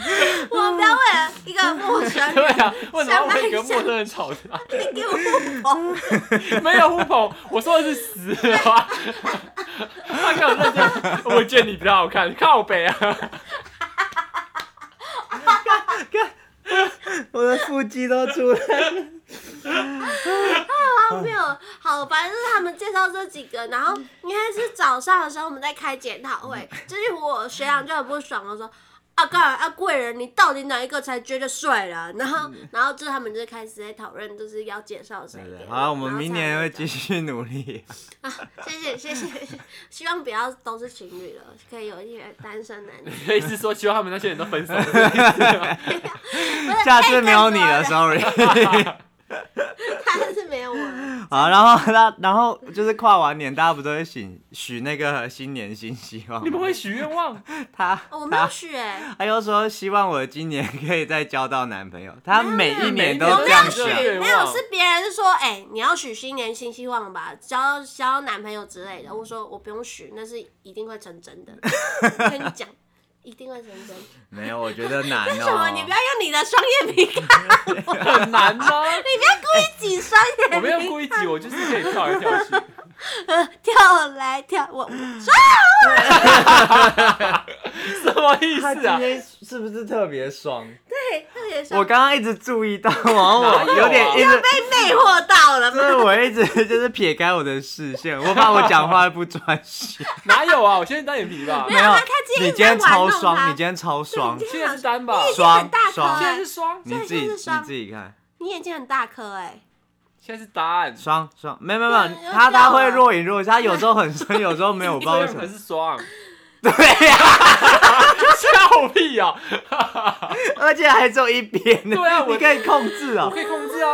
我不要为了一个陌生对人啊，为什么会跟陌生人吵架？给我互捧， 没有互捧，我说的是实话。 他跟我认真，我觉得你比较好看，靠背啊！我的腹肌都出来了。荒谬。嗯好，反正就是他们介绍这几个，然后应该是早上的时候我们在开检讨会，嗯就是我学长就很不爽了，说。啊，干啊，贵人，你到底哪一个才觉得帅啦、然后，然后就是他们就开始在讨论，就是要介绍谁嗯对给对我。好，我们然后明才年有会的 继续努力。谢谢谢谢，希望不要都是情侣了，可以有一些单身男 女。你的意思是说，希望他们那些人都分 手了？不是下次没有你了了， ，sorry。 他是没有我了。好，然后他，然后就是跨完年，大家不都会许许那个新年新希望吗？你们会许愿望？他哦我没有他许哎、他又说希望我今年可以再交到男朋友，他每一年都没有这我哦没有样许想我。没有许，没有是别人说，哎、你要许新年新希望吧，交交男朋友之类的。我说我不用许，那是一定会成真的。我跟你讲，一定会成 真。没有，我觉得难为什么你不要哦。用你的双眼皮看？很难 吗？你不要故意挤双眼皮，呃我没有故意挤，我就是可以跳来跳去。跳来跳我。 什么意思啊？天是不是特别爽？对，特别是我刚刚一直注意到，然后我哪有啊有点一直，被魅惑 到了就吗？是我一直就是撇开我的视线，我怕我讲话不专心。哪有啊？我现在单眼皮吧 没，没有有他今，天你今天超在玩弄他双，你今天超双对，你今现在是单吧？你已现经很大颗双在了是，双，你自对己就是你双自己看，你眼睛很大颗哎、现在是答案。双双，没有没有没对有，他他又掉会了若隐若现，他有时候 很深，有时候没有，我不知道为什么可。是双， 对呀，笑屁啊！而且还只有一边呢。对啊我 你可以控制啊我。可以控制啊，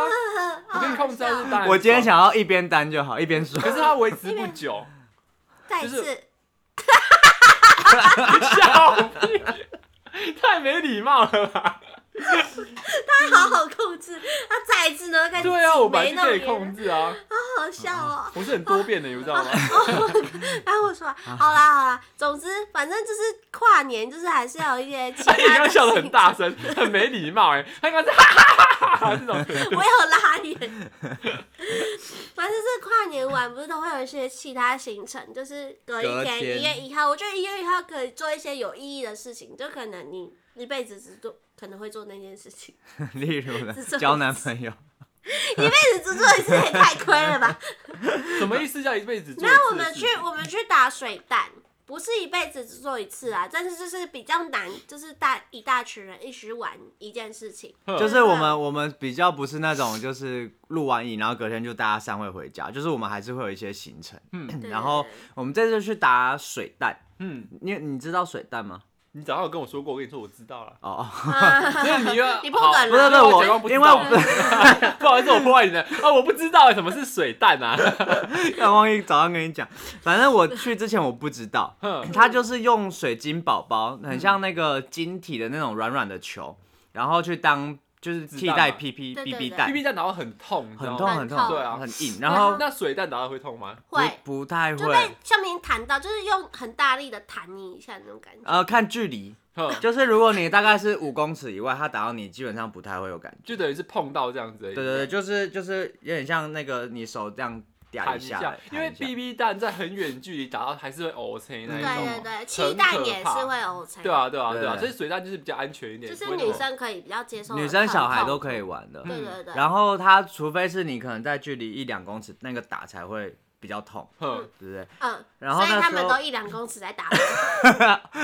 我可以控制啊，是答案。我今天，想要一边单就好，一边爽可。是它维持不久，再一就是次， 笑屁，太没礼貌了吧？他好好控制，他再一次呢，看对啊，我本来就没那可么以控嗯严，制啊，好好笑哦。我是很多变的，你不知道吗？ 然后我说，啊好啦好啦，总之反正就是跨年，就是还是要有一些其他而 且你刚的刚笑得事很情。大声，很没礼貌哎，他刚才哈哈哈哈哈这种，我有拉远。反正是跨年晚，不是都会有一些其他行程，就是隔一隔天天一月一号，我觉得一月一号可以做一些有意义的事情，就可能你一辈子只做可能会做那件事情。 例如呢是这，样交男朋友。一辈子只做一次也太亏了吧？什么意思叫一辈子做一次的事？那我们去我们去打水弹，不是一辈子只做一次啊，但是就是比较难，就是大一大群人一起玩一件事情。嗯哼就是我们我们比较不是那种就是录完影，然后隔天就大家散会回家，就是我们还是会有一些行程。嗯对然后我们这次去打水弹，嗯，你你知道水弹吗？你早上有跟我说过，我跟你说我知道了，哦 哦，啊所以你要你不管不是了不是假装我，不因知为道我不好意思，我破坏你的啊！我不知道什么是水弹啊。刚忘记早上跟你讲，反正我去之前我不知道，哼它就是用水晶宝宝，很像那个晶体的那种软软的球，然后去当就是替代子 PP 对 BB ，B 弹， B 弹打到很痛，你知道很吗痛很很痛痛，对啊很硬，然后那水弹打到会痛吗？不会不太就被会，上面弹到，就是用很大力的弹你一下那种感觉。呃，看距离，哼，就是如果你大概是五公尺以外，它打到你基本上不太会有感觉。就等于是碰到这样子而已。对对对，就是就是有点像那个你手这样嗲弹一一下下来，，因为弹一下 BB 弹在很远距离打到还是会 O C 那对一种对哦。对，气弹也是会 O 成，对，啊对啊对对啊，对所以水弹就是比较安全一点，就是不会那女么生可以比较接受，女生小孩都可以。玩的，嗯嗯对对对，然后它除非是你可能在距离一两公尺那个打才会比较痛，哼，对不对？嗯，然后所以那他时们候都一两公尺在打炮，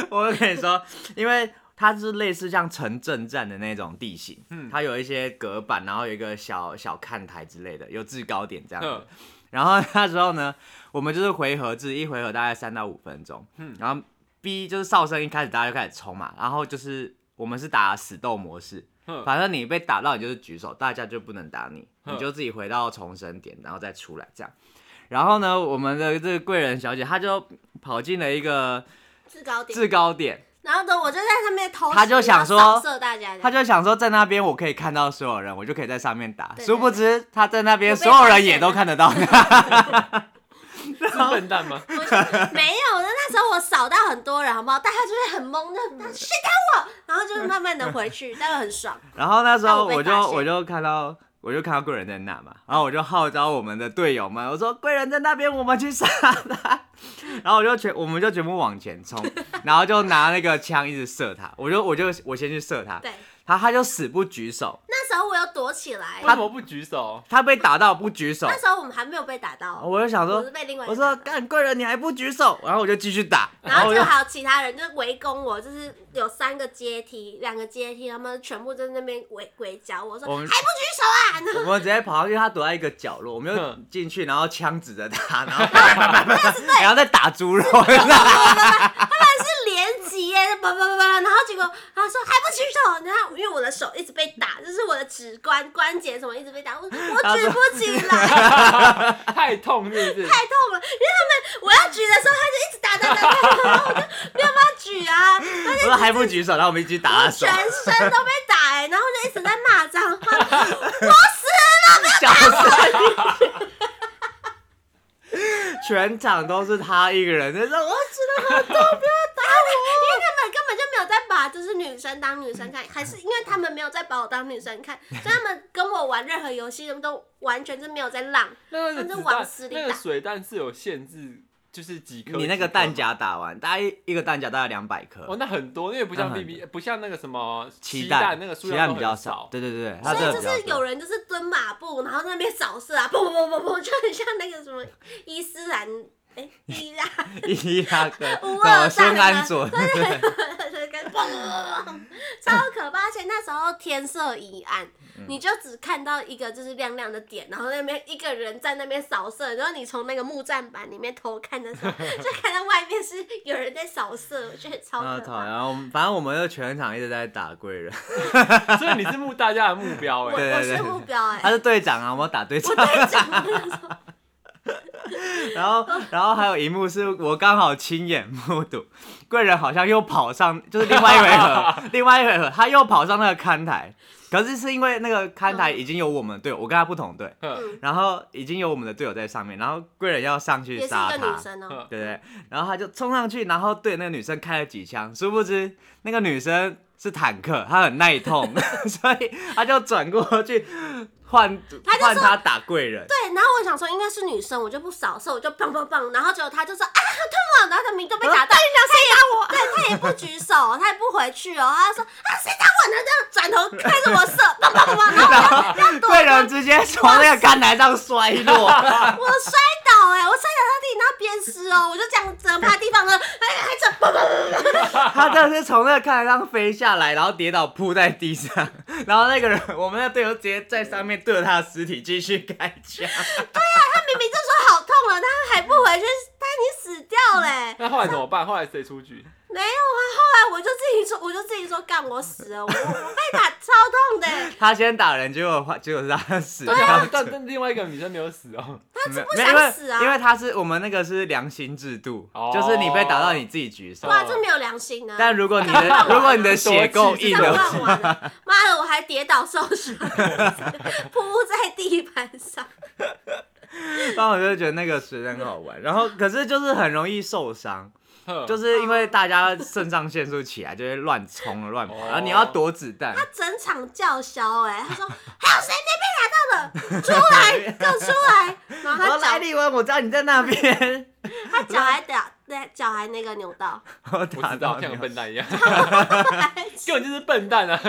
我跟你说，因为它是类似像城镇站的那种地形，嗯它有一些隔板，然后有一个小小看台之类的，有制高点嗯这样子 哼。然后那时候呢，我们就是回合制，一回合大概三到五分钟。嗯然后 B 就是哨声一开始大家就开始冲嘛，然后就是我们是打死斗模式，哼，反正你被打到你就是举手，大家就不能打你，嗯你就自己回到重生点，然后再出来这样。然后呢，我们的这个贵人小姐她就跑进了一个制高点。制高点，然后呢，我就在上面偷袭，他就想说然后扫射大家的，他就想说在那边我可以看到所有人，我就可以在上面打。对对殊不知他在那边我被所有发人现也都看得 到。是笨蛋 吗？我就没有，那那时候我扫到很多人，好不好？大家就是很懵，就嗯他谁打我，然后就是慢慢的回去，但是很爽。然后那时那候我被我就发现我就看到我就看到贵人在那嘛，然后我就号召我们的队友们，我说贵人在那边，我们去杀他。 然后我就全我们就全部往前 冲，然后就拿那个枪一直射他。我就我就我先去射他，对，他他就死不举手，那时候我有躲起来为，什么不举手？ 他被打到不举手那，时候我们还没有被打到，哦我就想我说是。被另外一我个说打到干贵人，你还不举手，然后我就继续打，然后我就就还有其他人就围攻我，就是有三个阶梯，两个阶梯，他们全部在那边围围剿我，说我还不们举手啊！然后我们直接跑上去，他躲在一个角落，我们就嗯进去，然后枪指着他， 然后然后再打猪肉， 是连击耶，叭叭叭叭，然后结果他说还不举手，然后因为我的手一直被打，就是我的指关关节什么一直被打，我我他举说不起来，太痛是不是？太痛了，因为他们我要举的时候，他就一直打打打打，然后我就没有办法举啊，我说还不举手，然后我们一起打我他手全，身都被打哎，然后就一直在骂脏话，我死。小声一点。全场都是他一个人在说，我知道因为他们根本就没有在把就是女生当女生看，还是因为他们没有在把我当女生看，所以他们跟我玩任何游戏，他们都完全是没有在浪。那他个们就子往弹死，里那个打水弹是有限制，就是几颗。你那几颗个吗弹夹打完，大概一一个弹夹大概两百哦，颗，那很多，因为不像那 B 很 B，不像那个什么鸡蛋蛋那个数鸡量蛋都比较很少少，。对对对，他所这以个就比较是多有人就是蹲马步，然后在那边扫射啊，砰砰砰砰砰，就很像那个什么伊斯兰哎、伊 拉克伊拉克 乌尔啊哦孙善的安佐， 跟砰砰砰砰，超可怕！而且那时候天色已暗，嗯你就只看到一个就是亮亮的点，然后那边一个人在那边扫射，然后你从那个木栈板里面偷看的 时候，就看到外面是有人在扫射，我觉得超啊可操！怕。然后我们反正我们就全场一直在打贵人， 所以你是目大家的目标我哎。对我对对是目标哎、 他 是队长啊，我们要打队长我。在讲我那时候然后，然后还有一幕是我刚好亲眼目睹，贵人好像又跑上，就是另外一回合，另外一回合他又跑上那个看台，可是是因为那个看台已经有我们队友，我跟他不同队，哼然后已经有我们的队友在上面，然后贵人要上去也是杀一个他女，生哦、嗯对不对？然后他就冲上去，然后对那个女生开了几枪，殊不知那个女生是坦克，她很耐痛， 所以他就转过去换他就换说他打贵人。对，然后我想说应该是女生，我就不扫射，我就砰砰砰，然后结果他就说啊痛啊，然后他明明都被打到，他也对他也不举手，他也不回去哦，他说啊谁打我呢？这样转头看着我射，砰砰砰砰，然后 贵人直接从那个看台上摔 落，我摔倒哎、我摔倒到地，然后鞭尸哦，我就这样整趴地方了，哎还整砰砰砰砰，他真的是从那个看台上飞下来，然后跌倒扑在地上，然后那个人，我们的队友直接在上面对着他的尸体继续开枪，他明明就说好痛了，他还不回去，他已经死掉嘞、那后来怎么办？后来谁出局？没有啊，后来我就自己说，我就自己说干我死了，我我我被打超痛 的、欸 他先打人，结果结果是他死但是他掉们。但 但另外一个女生没有死哦。他是不没有因想为死啊，因为他是我们那个是良心制度，哦就是你被打到你自己举手，哇，这没有良心啊！但如果你 的如果你的血够硬上的万话，完了，妈的，我还跌倒受伤， 扑在地板上。然后我就觉 得那个实在很好玩。然后可是就是很容易受伤，哼就是因为大家肾上腺素起来就会乱冲乱跑，哦然后你要躲子弹，他整场叫嚣哎、他说还有谁没被打到的？出来，给我出来！然然后后莱他脚利文我知道你在那边，他脚还打，对，脚还那个扭到。我我打知道，到 哦 像个你。笨蛋一样，根本就是笨蛋啊！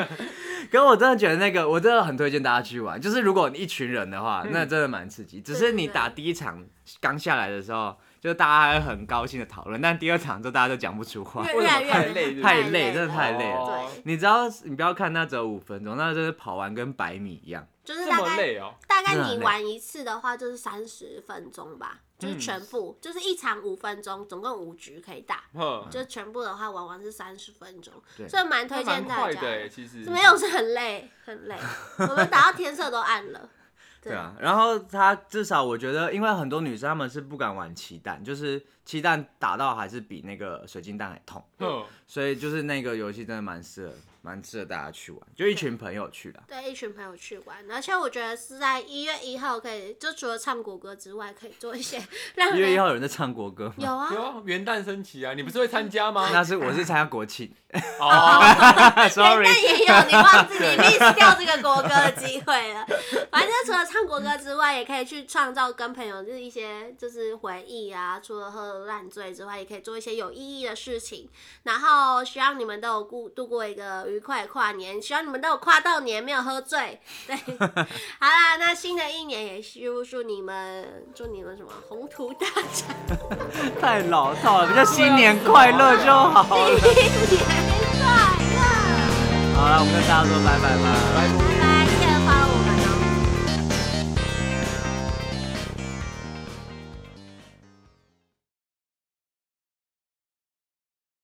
可我真的觉得那个，我真的很推荐大家去玩。就是如果你一群人的话，那真的蛮刺激。只是你打第一场刚下来的时候，就大家还会很高兴的讨论，但第二场之后大家就讲不出话。越越来越太累太累真的太累了对，你知道，你不要看那只有五分钟，那真的跑完跟百米一样。就是这大么概累哦，大概你玩一次的话就是三十分钟吧，就是全部，就是一场五分钟，总共五局可以打，哼，就是全部的话玩完是三十分钟对，所以蛮推那蛮荐大快家的欸，的。其实是没有是很累很累，我们打到天色都暗了。对啊，然后他至少我觉得，因为很多女生她们是不敢玩气弹，就是气弹打到还是比那个水晶弹还痛，哼，所以就是那个游戏真的蛮适合，蛮适合大家去玩，就一群朋友去啦。对，一群朋友去玩，而且我觉得是在一月一号可以，就除了唱国歌之外，可以做一些 让因为人一号有人在唱国歌嘛，有啊，有啊元旦升旗啊，你不是会参加吗？那是我是参加国庆哦， ，sorry，但也有你忘记你 miss 掉这个国歌的机会了。反正除了唱国歌之外，也可以去创造跟朋友就是一些就是回忆啊。除了喝烂醉之外，也可以做一些有意义的事情。然后希望你们都有度度过一个愉快的跨年，希望你们都有跨到年没有喝醉。对，好啦，那新的一年也祝祝你们祝你们什么宏图大展。太老套了，比较新年快乐就 好了。新年快乐！好了，我们跟大家说拜拜吧。拜拜。哦